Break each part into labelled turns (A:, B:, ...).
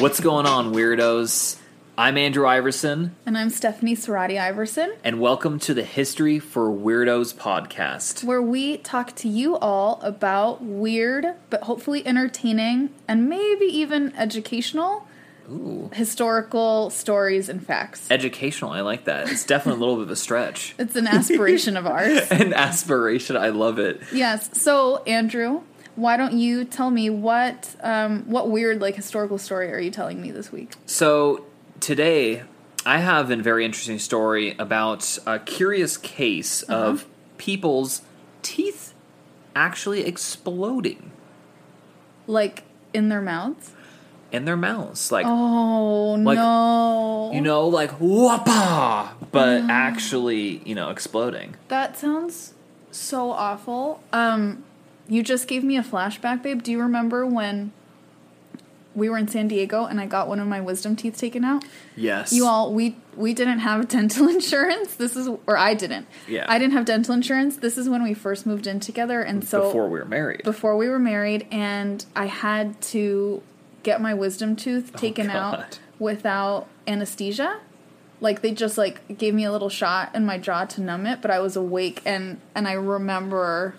A: What's going on, weirdos? I'm Andrew Iverson,
B: And I'm Stephanie Sarati Iverson,
A: and welcome to the History for Weirdos podcast.
B: where we talk to you all about weird, but hopefully entertaining and maybe even educational
A: Ooh,
B: historical stories and facts.
A: educational, I like that. It's definitely a little bit of a stretch.
B: It's an aspiration of ours.
A: An aspiration, I love it.
B: Yes. So, Andrew, why don't you tell me what um, what weird like historical story are you telling me this week?
A: So today, I have a very interesting story about a curious case of people's teeth actually exploding
B: Like in their mouths?
A: in their mouths, like
B: Oh
A: Like,
B: no!
A: you know, like whoppa, but actually, you know, exploding.
B: that sounds so awful. Um, you just gave me a flashback, babe. Do you remember when we were in San Diego and I got one of my wisdom teeth taken out?
A: Yes,
B: You all, we we didn't have dental insurance. This is, or I didn't.
A: Yeah.
B: I didn't have dental insurance. This is when we first moved in together, and so
A: before we were married.
B: before we were married and I had to get my wisdom tooth taken
A: Oh, God.
B: out without anesthesia. Like they just like gave me a little shot in my jaw to numb it, but I was awake and and I remember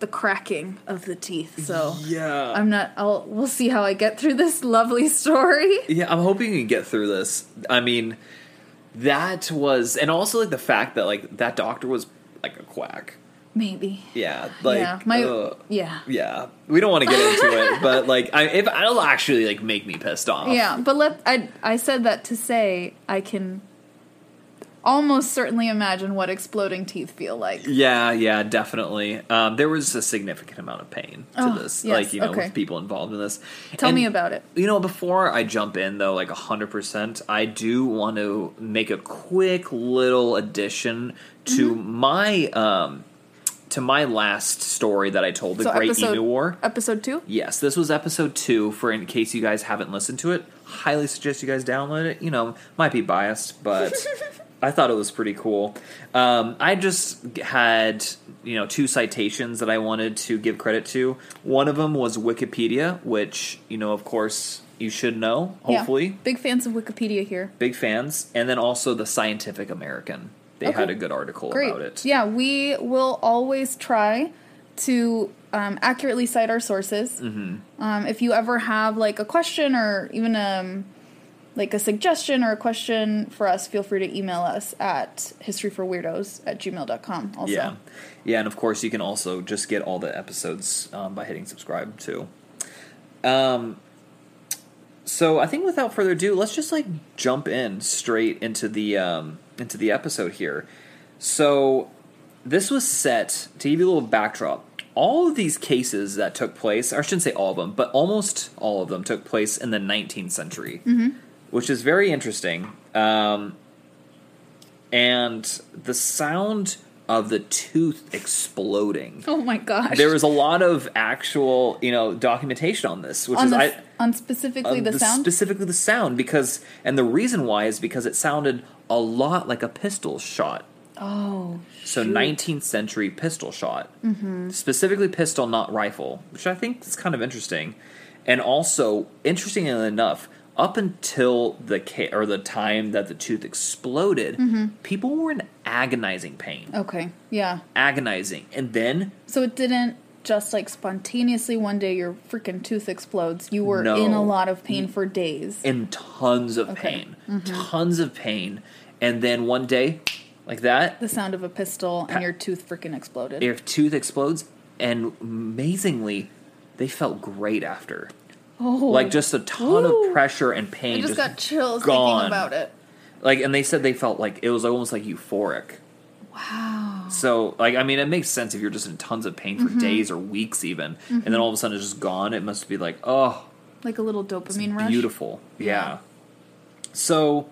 B: the cracking of the teeth. So
A: yeah,
B: I'm not I'll we'll see how I get through this lovely story.
A: Yeah, I'm hoping you can get through this. I mean, that was, and also like the fact that like that doctor was like a quack.
B: Maybe.
A: Yeah, like uh,
B: yeah. My
A: ugh.
B: yeah.
A: Yeah, we don't want to get into it, but like, I, if it'll actually like make me pissed off.
B: Yeah, but let I I said that to say I can almost certainly imagine what exploding teeth feel like.
A: yeah, yeah, definitely. Um, there was a significant amount of pain to
B: Oh,
A: this,
B: yes,
A: like you know,
B: okay.
A: with people involved in this.
B: Tell
A: And,
B: me about it.
A: You know, before I jump in though, like hundred percent, I do want to make a quick little addition to
B: Mm-hmm.
A: my um to my last story that I told, the Great Emu War.
B: Episode two.
A: Yes, this was episode two. For in case you guys haven't listened to it, highly suggest you guys download it. You know, might be biased, but I thought it was pretty cool. Um, I just had you know two citations that I wanted to give credit to. One of them was Wikipedia, which you know, of course, you should know.
B: Yeah.
A: Hopefully,
B: big fans of Wikipedia here.
A: big fans, and then also the Scientific American. They
B: Okay.
A: had a good article
B: Great.
A: about it.
B: Yeah, we will always try to um, accurately cite our sources.
A: Mm-hmm.
B: Um, if you ever have like a question or even um, like a suggestion or a question for us, feel free to email us at historyforweirdos at gmail.com also.
A: Yeah. Yeah, and of course you can also just get all the episodes um, by hitting subscribe too. Um so I think without further ado, let's just like jump in straight into the um into the episode here. So this was set to give you a little backdrop. All of these cases that took place, or I shouldn't say all of them, but almost all of them took place in the 19th century, which is very interesting. Um, and the sound of the tooth exploding.
B: Oh my gosh.
A: There was a lot of actual, you know, documentation on this, which
B: on,
A: is
B: the,
A: I,
B: on specifically
A: on
B: the,
A: the-
B: sound.
A: specifically the sound because, and the reason why is because it sounded a lot like a pistol shot.
B: oh.
A: So
B: shoot.
A: 19th century pistol shot, mm-hmm. specifically pistol, not rifle, which I think is kind of interesting. And also, interestingly enough, up until the ca- or the time that the tooth exploded,
B: Mm-hmm.
A: people were in agonizing pain,
B: Okay. Yeah.
A: agonizing, and then
B: So it didn't just like spontaneously one day your freaking tooth explodes. You were
A: No.
B: in a lot of pain for days.
A: in tons of pain,
B: Mm-hmm.
A: tons of pain, and then one day, like that,
B: the sound of a pistol and your tooth freaking exploded.
A: their tooth explodes, and amazingly, they felt great after.
B: oh,
A: like just a ton
B: Ooh.
A: of pressure and pain.
B: I just, got chills
A: gone.
B: thinking about it.
A: Like, and they said they felt like it was almost like euphoric.
B: Wow. Mm-hmm.
A: So, like, I mean, it makes sense if you're just in tons of pain for days or weeks, even, and then all of a sudden it's just gone. It must be like, oh,
B: Like a little dopamine rush.
A: beautiful, yeah. So,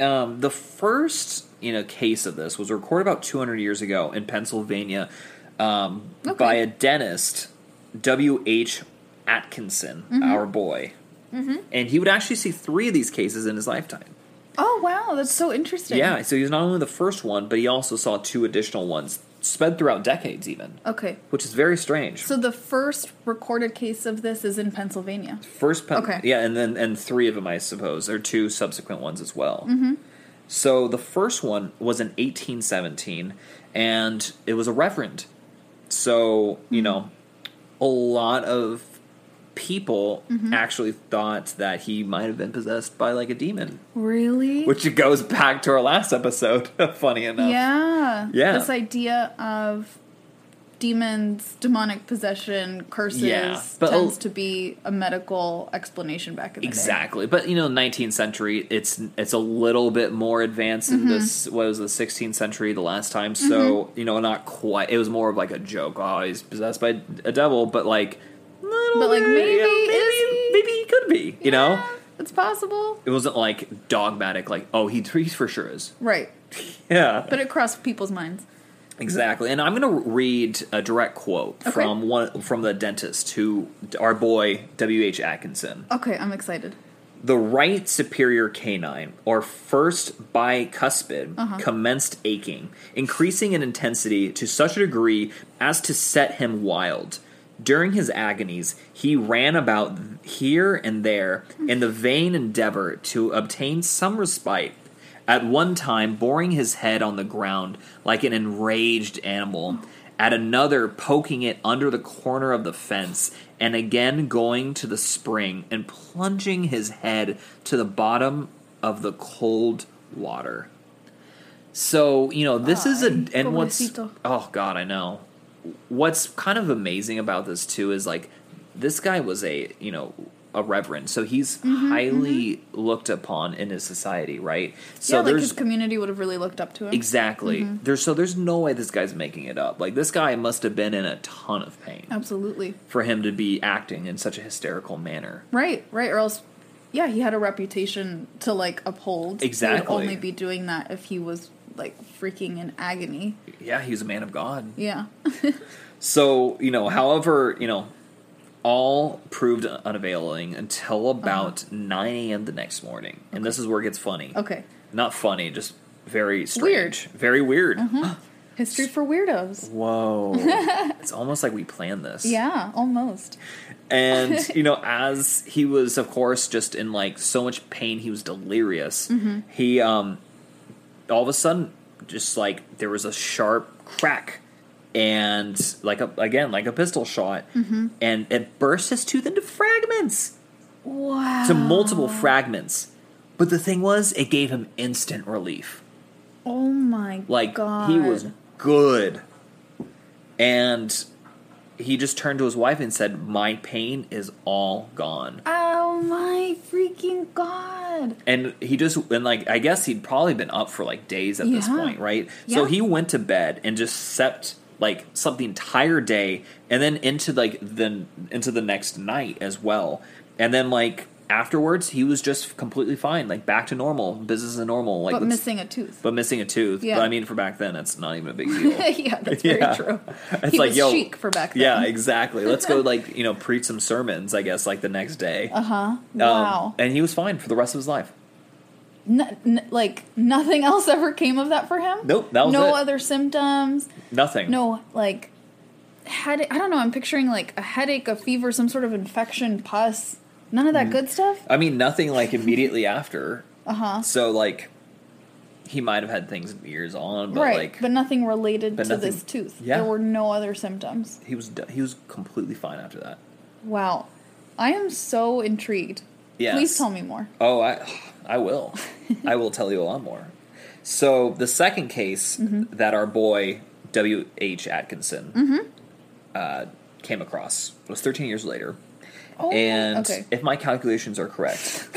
A: um, the first you know case of this was recorded about 200 years ago in Pennsylvania um,
B: Okay.
A: by a dentist, W. H. Atkinson,
B: Mm-hmm.
A: our boy, and he would actually see three of these cases in his lifetime.
B: Oh wow, that's so interesting.
A: Yeah, so he was not only the first one, but he also saw two additional ones sped throughout decades, even,
B: Okay.
A: which is very strange.
B: So the first recorded case of this is in Pennsylvania.
A: First, pen-
B: Okay.
A: yeah, and then and three of them, I suppose, or two subsequent ones as well. Mm-hmm. So the first one was in 1817, and it was a reverend. So you
B: Hmm.
A: know, a lot of people
B: Mm-hmm.
A: actually thought that he might have been possessed by like a demon,
B: Really?
A: which goes back to our last episode. funny enough,
B: yeah.
A: Yeah.
B: This idea of demons, demonic possession, curses
A: Yeah, but-
B: tends to be a medical explanation back in the
A: Exactly, but you know, nineteenth century, it's it's a little bit more advanced
B: Mm-hmm.
A: in this. What was the sixteenth century the last time? So you know, not quite. It was more of like a joke. Oh, he's possessed by a devil, but like, little
B: But, like,
A: bit, you know,
B: maybe
A: maybe,
B: is he?
A: maybe he could be.
B: day.
A: You know,
B: Yeah, it's possible.
A: it wasn't like dogmatic. Like, oh, he he for sure is.
B: Right.
A: Yeah,
B: But it crossed people's minds.
A: exactly. And I'm gonna read a direct quote
B: Okay.
A: from one from the dentist who our boy W. H. Atkinson.
B: Okay, I'm excited.
A: The right superior canine, or first bicuspid, commenced aching, increasing in intensity to such a degree as to set him wild. During his agonies, he ran about here and there in the vain endeavor to obtain some respite, at one time boring his head on the ground like an enraged animal, at another poking it under the corner of the fence, and again going to the spring and plunging his head to the bottom of the cold water. So, you know, this is
B: Ay,
A: a and what's
B: pobrecito.
A: oh god, I know. What's kind of amazing about this too is like this guy was a, you know, a reverend. So he's
B: Mm-hmm,
A: highly looked upon in his society, right? So
B: yeah, like Mm-hmm. his community would have really looked up to him.
A: Exactly. There's so there's no way this guy's making it up. Like this guy must have been in a ton of pain
B: Absolutely.
A: for him to be acting in such a hysterical manner.
B: Right, right, or else yeah, he had a reputation to like uphold. He
A: Exactly.
B: would only be doing that if he was like freaking in agony.
A: Yeah, he was a man of God.
B: Yeah.
A: So, you know, however, you know, all proved unavailing until about 9 a.m. the next morning. And this is where it gets funny.
B: Uh-huh. okay.
A: Not funny, just very strange.
B: Weird. Uh-huh.
A: Very weird.
B: History for weirdos.
A: Whoa. it's almost like we planned this.
B: Yeah, almost.
A: And, you know, as he was, of course, just in like so much pain, he was delirious. He, um, all of a sudden, just like there was a sharp crack and like a, again, like a pistol shot. And it burst his tooth into fragments,
B: Wow.
A: to multiple fragments. But the thing was, it gave him instant relief.
B: Oh my
A: Like
B: god.
A: he was good. And he just turned to his wife and said, "My pain is all gone."
B: Oh my freaking god.
A: And he just and like I guess he'd probably been up for like days at this
B: Yeah.
A: point, right? So
B: Yeah.
A: he went to bed and just slept like slept the entire day and then into like the into the next night as well. And then like afterwards he was just completely fine, like back to normal, business as normal, like
B: But
A: it's-
B: missing a tooth.
A: but missing a tooth.
B: Yeah.
A: But I mean for back then it's not even a big deal.
B: yeah, that's
A: Yeah.
B: very true.
A: It's
B: he
A: like,
B: was
A: yo,
B: chic for back then.
A: Yeah, exactly. Let's go, like, you know, preach some sermons, I guess, like the next day.
B: Uh huh.
A: Um,
B: Wow.
A: and he was fine for the rest of his life.
B: N- n- like nothing else ever came of that for him.
A: Nope, that was
B: no
A: it.
B: other symptoms.
A: Nothing.
B: No, like headache. I don't know. I'm picturing like a headache, a fever, some sort of infection, pus. None
A: Mm.
B: of that good stuff.
A: I mean, nothing like immediately after.
B: Uh huh.
A: So, like, he might have had things years on, but
B: Right,
A: like,
B: but nothing related
A: but
B: to
A: nothing-
B: this tooth.
A: yeah.
B: There were no other symptoms.
A: he was do- he was completely fine after that.
B: Wow, I am so intrigued.
A: Yes.
B: Please tell me more.
A: Oh, I I will. I will tell you a lot more. So the second case
B: Mm-hmm.
A: that our boy W. H. Atkinson uh, came across was 13 years later,
B: Oh,
A: and
B: okay.
A: if my calculations are correct,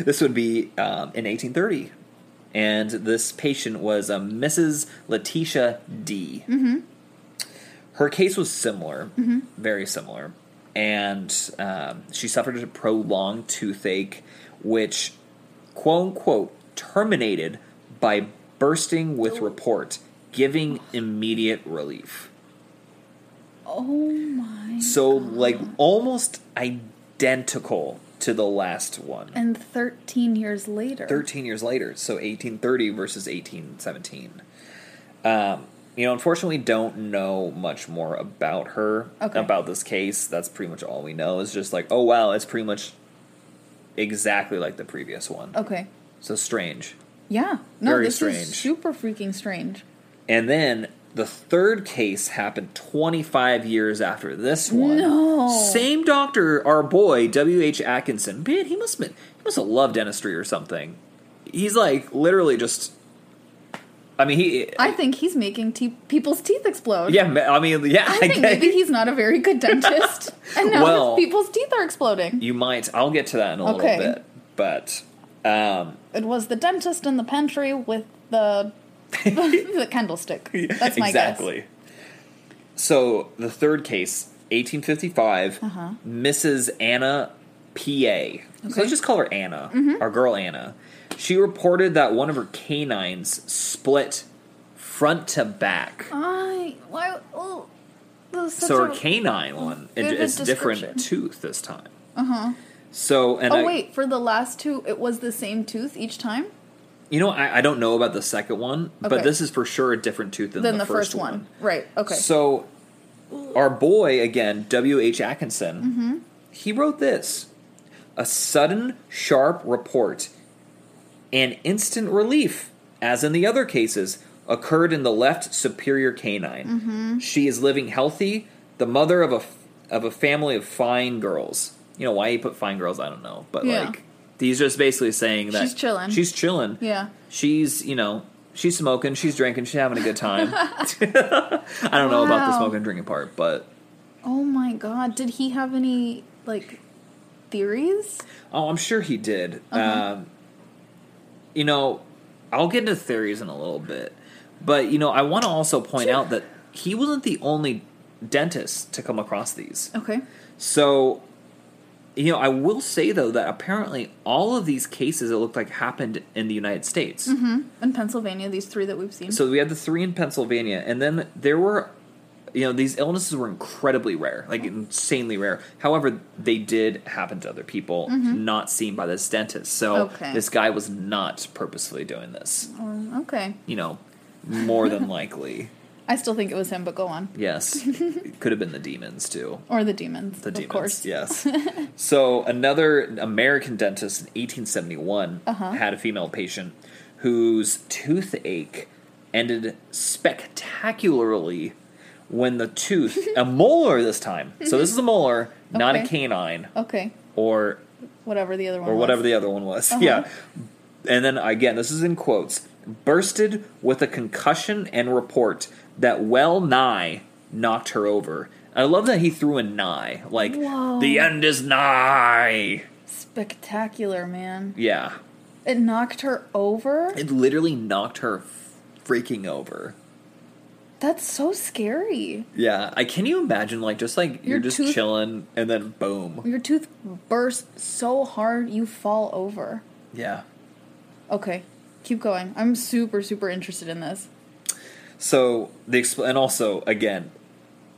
A: this would be um, in 1830. and this patient was a Mrs. Letitia D. Mm-hmm. Her case was similar,
B: Mm-hmm.
A: very similar, and um, she suffered a prolonged toothache, which quote unquote terminated by bursting with report, giving immediate relief.
B: Oh my.
A: So, like, almost identical to the last one.
B: And 13 years later.
A: 13 years later. So 1830 versus 1817. Um, you know, unfortunately, don't know much more about her
B: Okay.
A: about this case. That's pretty much all we know. It's just like, oh wow, it's pretty much exactly like the previous one.
B: Okay.
A: So strange.
B: Yeah. No,
A: Very
B: this
A: strange.
B: is super freaking strange.
A: And then the third case happened 25 years after this one.
B: No.
A: Same doctor, our boy W. H. Atkinson. Man, he must have been, he must have loved dentistry or something. He's like literally just. I mean, he.
B: I think he's making te- people's teeth explode.
A: yeah, ma- I mean, yeah.
B: I think
A: guess-
B: maybe he's not a very good dentist, and now
A: Well-
B: his people's teeth are exploding.
A: you might. I'll get to that in a
B: Okay.
A: little bit, but um,
B: It was the dentist in the pantry with the the candlestick. That's my
A: exactly. So the third case, 1855,
B: Uh-huh.
A: Mrs. Anna P.A. So
B: Okay. Mm-hmm.
A: let's just call her Anna, our girl Anna. She reported that one of her canines split front to back.
B: guess. I why oh, those such
A: so her
B: Oh, a-
A: canine one it,
B: Good
A: it's different
B: description.
A: tooth this time. Uh huh.
B: uh-huh.
A: So and
B: Oh
A: I,
B: wait, for the last two, it was the same tooth each time.
A: you know I, I don't know about the second one,
B: Okay.
A: but this is for sure a different tooth than,
B: Than the, first, one. right? Okay.
A: So, our boy again, W. H. Atkinson,
B: Mm-hmm.
A: he wrote this: a sudden, sharp report, and instant relief, as in the other cases, occurred in the left superior canine.
B: Mm-hmm.
A: She is living healthy, the mother of a f- of a family of fine girls. You know why he put fine girls? I don't know, but
B: Yeah.
A: like he's just basically saying that
B: She's chillin'.
A: She's chilling.
B: yeah.
A: She's, you know, she's smoking, she's drinking, she's having a good time. I don't know about the
B: Wow.
A: smoking and drinking part, but
B: Oh my god, did he have any like theories?
A: oh, I'm sure he did. Um, you know, I'll get into theories in a little bit, but you know, I want to also point out that he wasn't the only dentist to come across these.
B: Okay.
A: So, you know, I will say though that apparently all of these cases it looked like happened in the United States.
B: In Pennsylvania, these three that we've seen.
A: So we had the three in Pennsylvania, and then there were, you know, these illnesses were incredibly rare, like insanely rare. However, they did happen to other people, not seen by this dentist. So
B: Okay.
A: this guy was not purposefully doing this,
B: Um, okay.
A: you know, more than likely.
B: I still think it was him, but go on.
A: Yes, it could have been the demons too.
B: Or the demons.
A: The
B: of
A: demons,
B: course.
A: yes. so another American dentist in 1871
B: Uh-huh.
A: had a female patient whose toothache ended spectacularly when the tooth, a molar this time. So this is a molar, not a
B: Okay.
A: canine
B: Okay.
A: or
B: Whatever the other one
A: or
B: was.
A: whatever the other one was.
B: Uh-huh.
A: Yeah. And then again, this is in quotes. Bursted with a concussion and report that well nigh knocked her over. I love that he threw a nigh. Like,
B: Whoa.
A: the end is nigh.
B: Spectacular, man.
A: Yeah.
B: It knocked her over?
A: It literally knocked her freaking over.
B: That's so scary.
A: Yeah. I can you imagine, like, just like you're
B: Your
A: just
B: tooth-
A: chilling and then boom.
B: Your tooth bursts so hard you fall over.
A: Yeah.
B: Okay. Keep going. I'm super, super interested in this.
A: So, the expl- and also, again,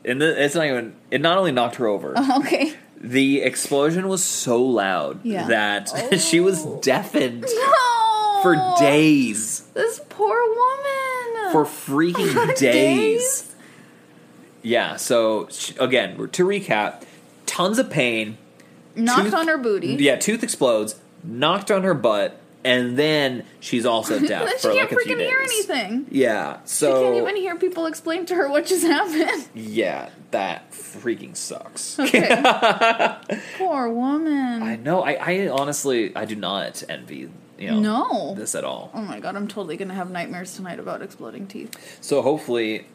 A: and the, it's not even, it not only knocked her
B: Uh-huh.
A: over,
B: Okay.
A: The explosion was so loud
B: Yeah.
A: that she was deafened
B: No!
A: for days.
B: This poor woman.
A: For freaking days.
B: Days?
A: Yeah, so sh again, to recap, tons of pain.
B: knocked
A: tooth-
B: on her booty.
A: Yeah, tooth explodes, knocked on her butt, and then she's also
B: And
A: deaf
B: then she
A: for
B: can't
A: like a few
B: freaking
A: days.
B: hear anything.
A: Yeah,
B: She
A: so
B: can't even hear people explain to her what just happened.
A: yeah, that freaking sucks.
B: Okay. Poor woman.
A: I know. I, I honestly, I do not envy you know
B: No.
A: this at all.
B: Oh my god, I'm totally gonna have nightmares tonight about exploding teeth.
A: So hopefully,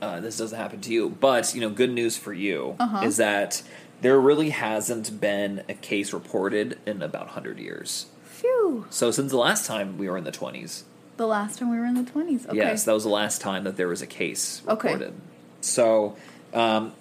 A: uh, this doesn't happen to you. But you know, good news for you
B: Uh-huh.
A: is that there really hasn't been a case reported in about hundred years.
B: Phew. Woo!
A: So since the last time we were in the 20s,
B: The last time we were in the 20s. Okay.
A: yes, that was the last time that there was a case
B: Okay.
A: reported. So, um,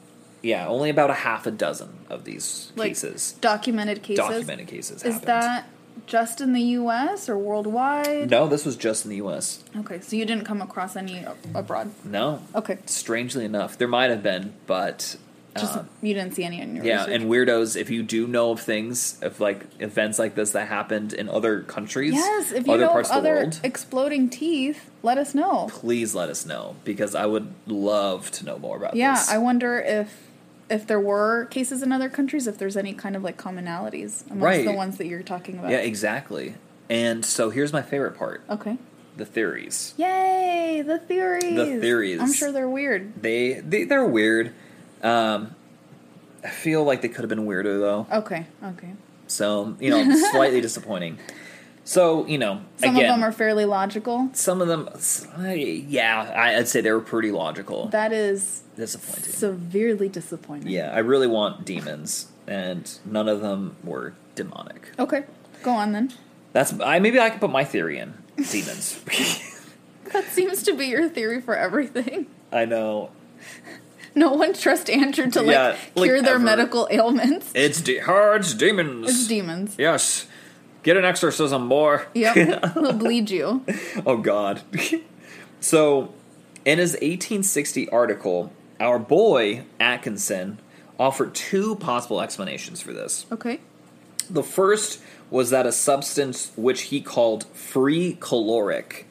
A: yeah, only about a half a dozen of these
B: Like,
A: cases,
B: Documented cases.
A: documented cases,
B: Is
A: happened.
B: that just in the U.S. or worldwide?
A: no? This was just in the U.S.
B: Okay, so you didn't come across any a- abroad.
A: No,
B: Okay,
A: strangely enough, there might have been, but
B: just
A: um,
B: you didn't see any in your
A: yeah,
B: research.
A: and weirdos. If you do know of things, of like events like this that happened in other countries,
B: yes, if you
A: other
B: know
A: parts of the
B: other
A: world,
B: exploding teeth, let us know.
A: please let us know because I would love to know more about
B: Yeah,
A: this.
B: I wonder if if there were cases in other countries, if there's any kind of like commonalities amongst
A: Right.
B: the ones that you're talking about.
A: yeah, e exactly. And so here's my favorite part:
B: okay.
A: the theories.
B: Yay, the theories.
A: theories.
B: I'm sure they're weird.
A: They, they they're weird. Um, I feel like they could have been weirder though.
B: Okay, okay.
A: So you know, slightly disappointing. So you know,
B: Some
A: again,
B: of them are fairly logical.
A: some of them, s- yeah, I- I'd say they were pretty logical.
B: That is
A: disappointing.
B: severely disappointing.
A: yeah, I really want demons, and none of them were demonic.
B: Okay, go on then.
A: That's I maybe I could put my theory in demons.
B: That seems to be your theory for everything.
A: I know
B: No one trusts Andrew to like
A: Yeah, like,
B: cure their
A: ever.
B: medical ailments.
A: it's de- hard demons.
B: It's demons.
A: yes, get an exorcism, boy.
B: Yep, they'll bleed you.
A: Oh God. so, in his 1860 article, our boy Atkinson offered two possible explanations for this.
B: Okay.
A: The first was that a substance which he called free caloric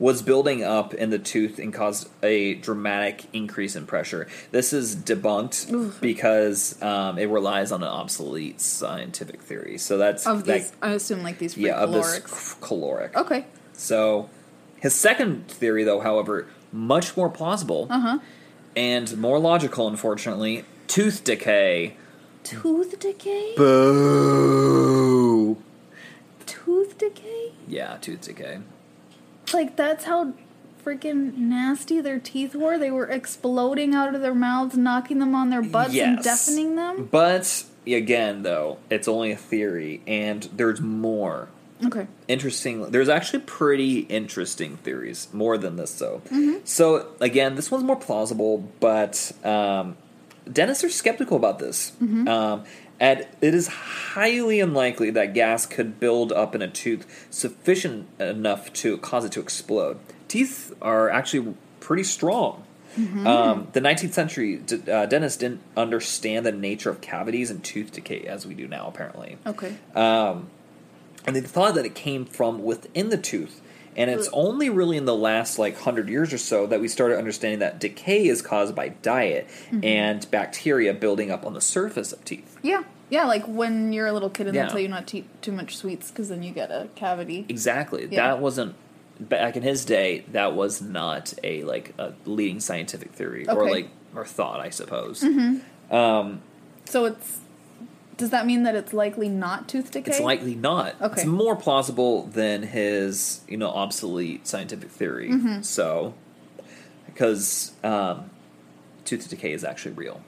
A: was building up in the tooth and caused a dramatic increase in pressure. This is debunked because um, it relies on an obsolete scientific theory. So that's
B: Of
A: that-
B: these, I assume like these free Oh.
A: yeah, of this
B: calorics.
A: c- caloric.
B: Okay.
A: So his second theory, though, however, much more plausible
B: Uh huh.
A: and more logical, unfortunately tooth decay.
B: Tooth decay.
A: Boo!
B: Tooth decay.
A: Yeah, tooth decay.
B: Like that's how freaking nasty their teeth were. They were exploding out of their mouths, knocking them on their butts, and
A: Yes.
B: deafening them.
A: But again, though, it's only a theory, and there's more
B: Okay.
A: interesting. There's actually pretty interesting theories, more than this, though. So again, this one's more plausible, but um, dentists are skeptical about this. Um, and it is highly unlikely that gas could build up in a tooth sufficient enough to cause it to explode. Teeth are actually pretty strong. Um, the 19th century d- uh, dentists didn't understand the nature of cavities and tooth decay as we do now, apparently
B: Okay.
A: Uh, and they thought that it came from within the tooth and it's
B: Mm.
A: only really in the last like 100 years or so that we started understanding that decay is caused by diet
B: Mm-hmm.
A: and bacteria building up on the surface of teeth
B: Yeah. Yeah, like when you're a little kid and
A: Yeah.
B: they tell you not to eat too much sweets because then you get a cavity.
A: exactly
B: Yeah.
A: that wasn't back in his day that was not a like a leading scientific theory or
B: Okay. Mm-hmm.
A: like or thought i suppose
B: So it's. Does that mean that it's likely not tooth decay?
A: it's likely not it's
B: Okay.
A: more plausible than his you know obsolete scientific theory
B: Mm-hmm.
A: so because um, tooth decay is actually real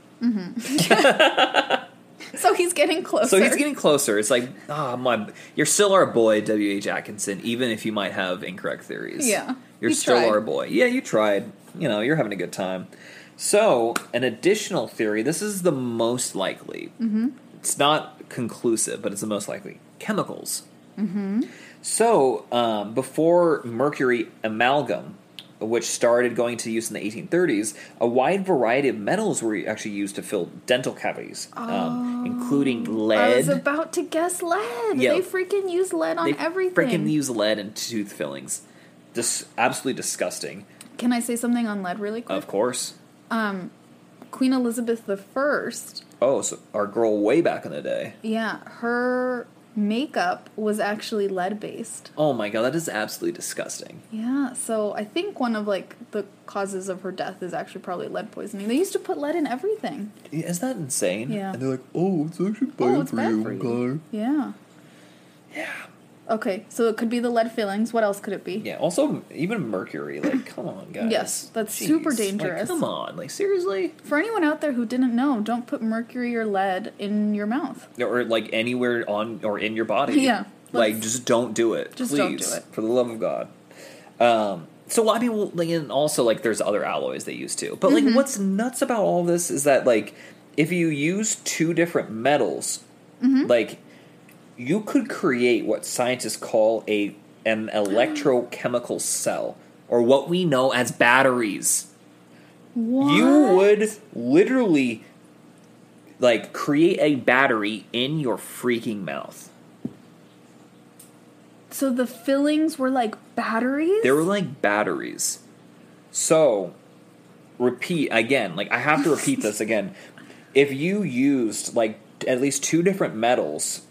B: So he's getting closer.
A: So he's getting closer. It's like, ah, my, you're still our boy, W. H. Atkinson, even if you might have incorrect theories.
B: Yeah,
A: you're
B: you
A: still
B: tried.
A: our boy. Yeah, you tried. You know, you're having a good time. So, an additional theory. This is the most likely. Mm-hmm. It's not conclusive, but it's the most likely. Chemicals.
B: Mm-hmm.
A: So, um, before mercury amalgam, which started going to use in the 1830s, a wide variety of metals were actually used to fill dental cavities, um,
B: Oh.
A: including
B: I
A: lead.
B: was about to guess lead.
A: Yeah.
B: They freaking use lead on
A: they
B: everything.
A: freaking use lead in tooth fillings. Dis- absolutely disgusting.
B: Can I say something on lead really quick? Um,
A: Of course.
B: Queen Elizabeth the First.
A: Oh, so our girl way back in the day.
B: Yeah, her makeup was actually lead based.
A: Oh my god, that is absolutely disgusting.
B: Yeah, so I think one of like the causes of her death is actually probably lead poisoning. They used to put lead in everything.
A: Is that insane?
B: Yeah.
A: And they're like, oh, it's actually bad,
B: Oh, it's
A: for,
B: bad
A: you,
B: for you.
A: okay."
B: Yeah. Okay, so it could be the lead fillings. What else could it be?
A: Yeah. Also, even mercury. Like, come on, guys.
B: Yes, that's super
A: Like,
B: dangerous.
A: come on, like seriously,
B: For anyone out there who didn't know, don't put mercury or lead in your mouth.
A: or like anywhere on or in your body.
B: Yeah.
A: like
B: Let's-
A: just don't do it,
B: Just
A: please,
B: don't do it.
A: for the love of God. Um, so a lot of people, like, and also like there's other alloys they use too. But like,
B: Mm-hmm.
A: what's nuts about all this is that like if you use two different metals,
B: Mm-hmm.
A: like you could create what scientists call a an
B: Oh.
A: electrochemical cell, or what we know as batteries.
B: What?
A: You would literally like create a battery in your freaking mouth.
B: So the fillings were like batteries.
A: They were like batteries. So, repeat again. Like I have to repeat this again. If you used like at least two different metals,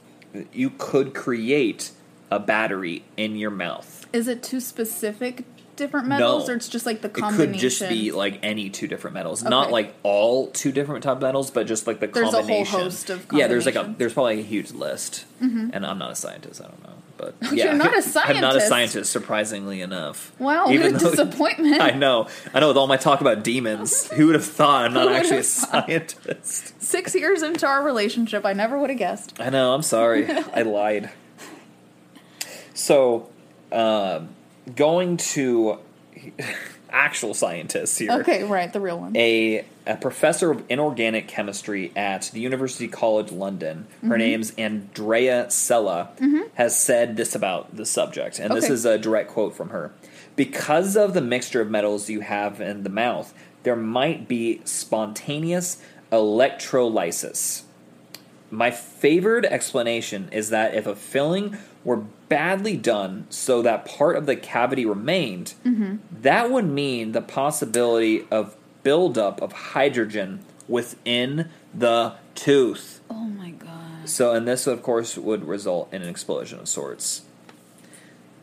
A: you could create a battery in your mouth.
B: Is it two specific different metals, or it's just like the
A: It
B: combination?
A: could just be like any two different metals, not
B: Okay.
A: like all two different type metals, but just like the
B: There's a whole
A: combination.
B: host of
A: yeah, there's like a
B: combinations. Mm-hmm.
A: there's probably a huge list, and I'm not a scientist. I don't know, but
B: You're
A: yeah.
B: not a
A: I'm not a
B: scientist.
A: scientist, surprisingly enough.
B: wow, what a
A: Even though-
B: disappointment.
A: I know. I know. With all my talk about demons, who would have thought I'm
B: Who
A: not
B: would
A: actually a
B: have thought?
A: scientist?
B: Six years into our relationship, I never would have guessed.
A: I know. I'm sorry. I lied. So, um, going to actual scientists here.
B: Okay, right, the real one.
A: A, a professor of inorganic chemistry at the University College London, her name's Andrea Sella, has said this about the subject, and this
B: Okay.
A: is a direct quote from her. Because of the mixture of metals you have in the mouth, there might be spontaneous electrolysis. My favored explanation is that if a filling were badly done so that part of the cavity remained,
B: Mm-hmm.
A: that would mean the possibility of buildup of hydrogen within the tooth.
B: oh my god.
A: So, and this, of course, would result in an explosion of sorts.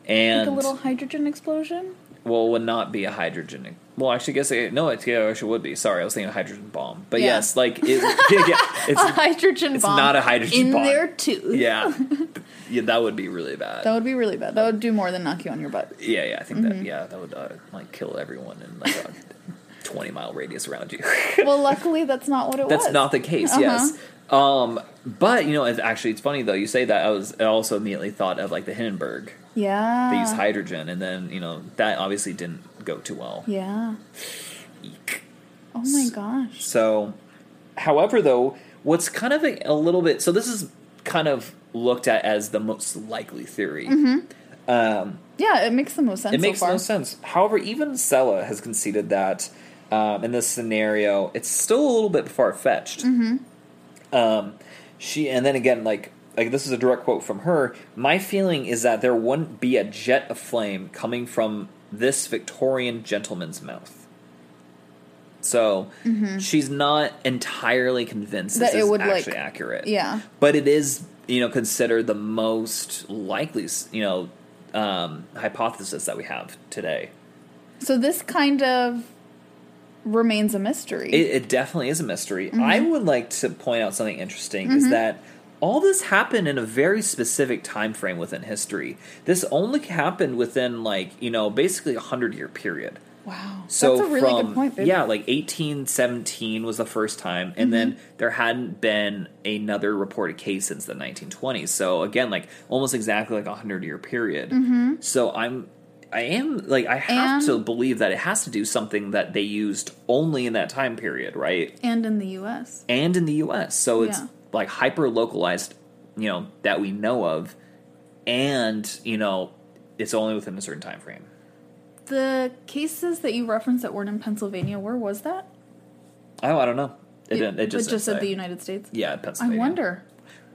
B: Like
A: And
B: a little hydrogen explosion?
A: well, would not be a hydrogen. Well, actually, I guess it, no, it yeah, it actually would be. Sorry, I was thinking a hydrogen bomb. But
B: Yeah.
A: yes, like it, yeah, yeah, it's
B: A hydrogen
A: it's
B: bomb.
A: not a hydrogen
B: in
A: bomb.
B: their tooth.
A: yeah, yeah, that would be really bad.
B: That Mm-hmm. would be really bad. That would do more than knock you on your butt.
A: yeah, yeah, I think that yeah, that would uh, like kill everyone in like a twenty mile radius around you.
B: Well, luckily, that's not what it was.
A: That's not the case.
B: Uh-huh.
A: Yes. Um, but you know, it's actually it's funny though. You say that I was I also immediately thought of like the Hindenburg.
B: Yeah.
A: They use hydrogen, and then you know that obviously didn't go too well.
B: Yeah.
A: Eek.
B: Oh my gosh.
A: So, however, though, what's kind of a, a little bit so this is kind of looked at as the most likely theory. Um,
B: Yeah, it makes the most sense
A: it makes
B: so far.
A: no sense. However, even Sella has conceded that um, in this scenario, it's still a little bit far fetched.
B: Mm-hmm.
A: Um, she and then again, like like this is a direct quote from her. My feeling is that there wouldn't be a jet of flame coming from this Victorian gentleman's mouth. So she's not entirely convinced
B: Mm-hmm. That
A: this
B: it
A: is
B: would, like-
A: actually accurate
B: Yeah.
A: but it is you know considered the most likely you know um, hypothesis that we have today.
B: So this kind of remains a mystery.
A: It, it definitely is a mystery. I would like to point out something interesting is that all this happened in a very specific time frame within history. This only happened within like you know basically a hundred year period.
B: wow.
A: So
B: that's a really
A: from,
B: good point, babe.
A: Yeah, like 1817 was the first time, and
B: Mm-hmm.
A: then there hadn't been another reported case since the 1920s. So again, like almost exactly like a hundred year period. So I'm, I am like I have
B: Mm-hmm. And-
A: to believe that it has to do something that they used only in that time period, right?
B: And in the U.S.
A: And in the U.S., so it's
B: Yeah.
A: like hyper localized, you know, that we know of, and you know, it's only within a certain time frame.
B: The cases that you referenced that weren't in Pennsylvania, where was that?
A: Oh, I don't know. It, didn't. It just, didn't
B: said the
A: say.
B: United States.
A: Yeah,
B: I
A: Pennsylvania.
B: wonder.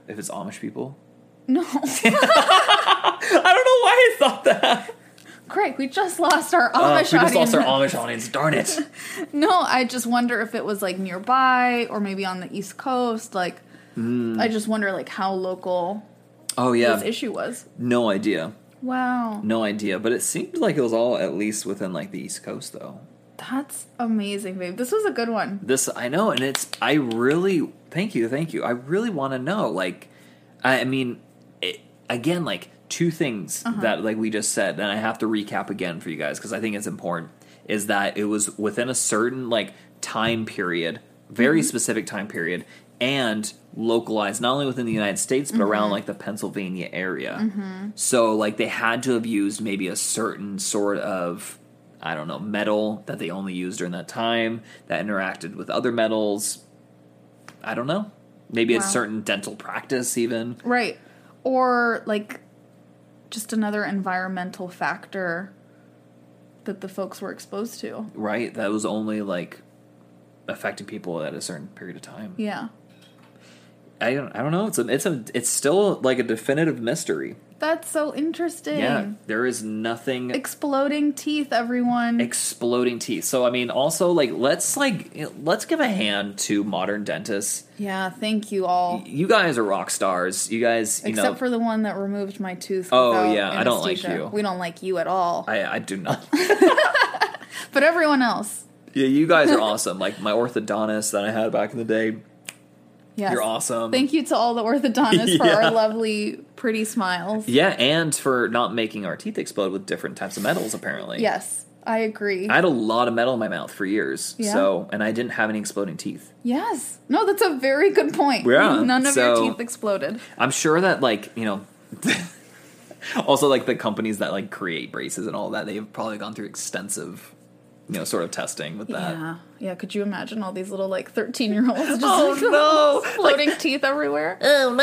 A: if it's Amish people.
B: No.
A: I don't know why I thought that.
B: Great, we just lost our
A: Uh,
B: Amish
A: we just
B: audience.
A: lost our Amish audience. Darn it!
B: No, I just wonder if it was like nearby or maybe on the East Coast. Like, I just wonder like how local
A: Oh
B: this
A: Hmm. yeah,
B: issue was.
A: no idea,
B: Wow,
A: no idea. But it seemed like it was all at least within like the East Coast, though.
B: that's amazing, babe. This was a good one.
A: This I know, and it's I really thank you, thank you. I really want to know. Like, I, I mean, it, again, like two things that like we just said, and I have to recap again for you guys because I think it's important. Is that it was within a certain like time period, very specific time period, and localized not only within the United States but around like the Pennsylvania area. So like they had to have used maybe a certain sort of I don't know metal that they only used during that time that interacted with other metals. I don't know. Maybe
B: Wow.
A: it's certain dental practice even.
B: Right. Or like just another environmental factor that the folks were exposed to.
A: right? That was only like affecting people at a certain period of time.
B: Yeah.
A: I don't, I don't know. It's a, it's a, it's still like a definitive mystery.
B: That's so interesting.
A: Yeah, there is nothing
B: Exploding teeth, everyone.
A: exploding teeth. So I mean, also like let's like let's give a hand to modern dentists.
B: yeah, thank you all.
A: You guys are rock stars. You guys, you
B: Except
A: know,
B: for the one that removed my tooth.
A: Oh,
B: without
A: yeah, I don't like
B: anesthesia.
A: you.
B: We don't like you at all.
A: I, I do not.
B: but everyone else.
A: yeah, you guys are awesome. Like my orthodontist that I had back in the day.
B: Yes.
A: You're awesome.
B: Thank you to all the orthodontists for
A: Yeah.
B: our lovely, pretty smiles.
A: yeah, and for not making our teeth explode with different types of metals. Apparently,
B: Yes, I agree.
A: I had a lot of metal in my mouth for years.
B: Yeah.
A: So, and I didn't have any exploding teeth.
B: yes. No, that's a very good point.
A: Yeah,
B: None of
A: so-
B: your teeth exploded.
A: I'm sure that, like, you know, also like the companies that like create braces and all that, they've probably gone through extensive, you know, sort of testing with that.
B: Yeah. Yeah, could you imagine all these little like 13-year-olds just
A: Oh,
B: like,
A: no. Like,
B: floating teeth everywhere?
A: oh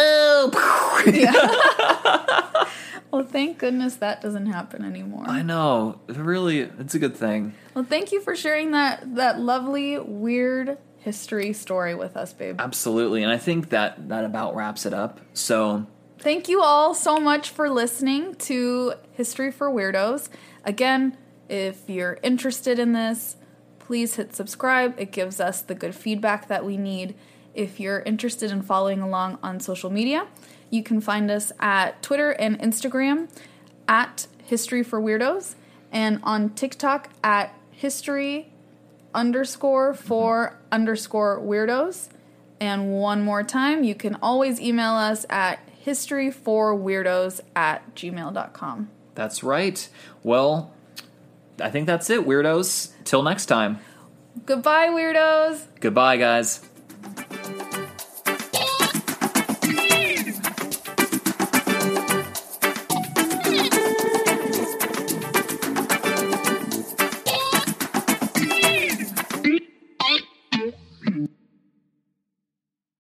A: no!
B: Well, thank goodness that doesn't happen anymore.
A: I know. It Really, it's a good thing.
B: Well, thank you for sharing that that lovely weird history story with us, babe.
A: Absolutely. And I think that that about wraps it up. So,
B: Thank you all so much for listening to History for Weirdos. Again, if you're interested in this, please hit subscribe. It gives us the good feedback that we need. If you're interested in following along on social media, you can find us at Twitter and Instagram at History for Weirdos and on TikTok at History underscore for underscore weirdos. And one more time, you can always email us at historyforweirdos at gmail.com.
A: that's right. Well, I think that's it, weirdos. Till next time.
B: Goodbye, weirdos!
A: Goodbye, guys.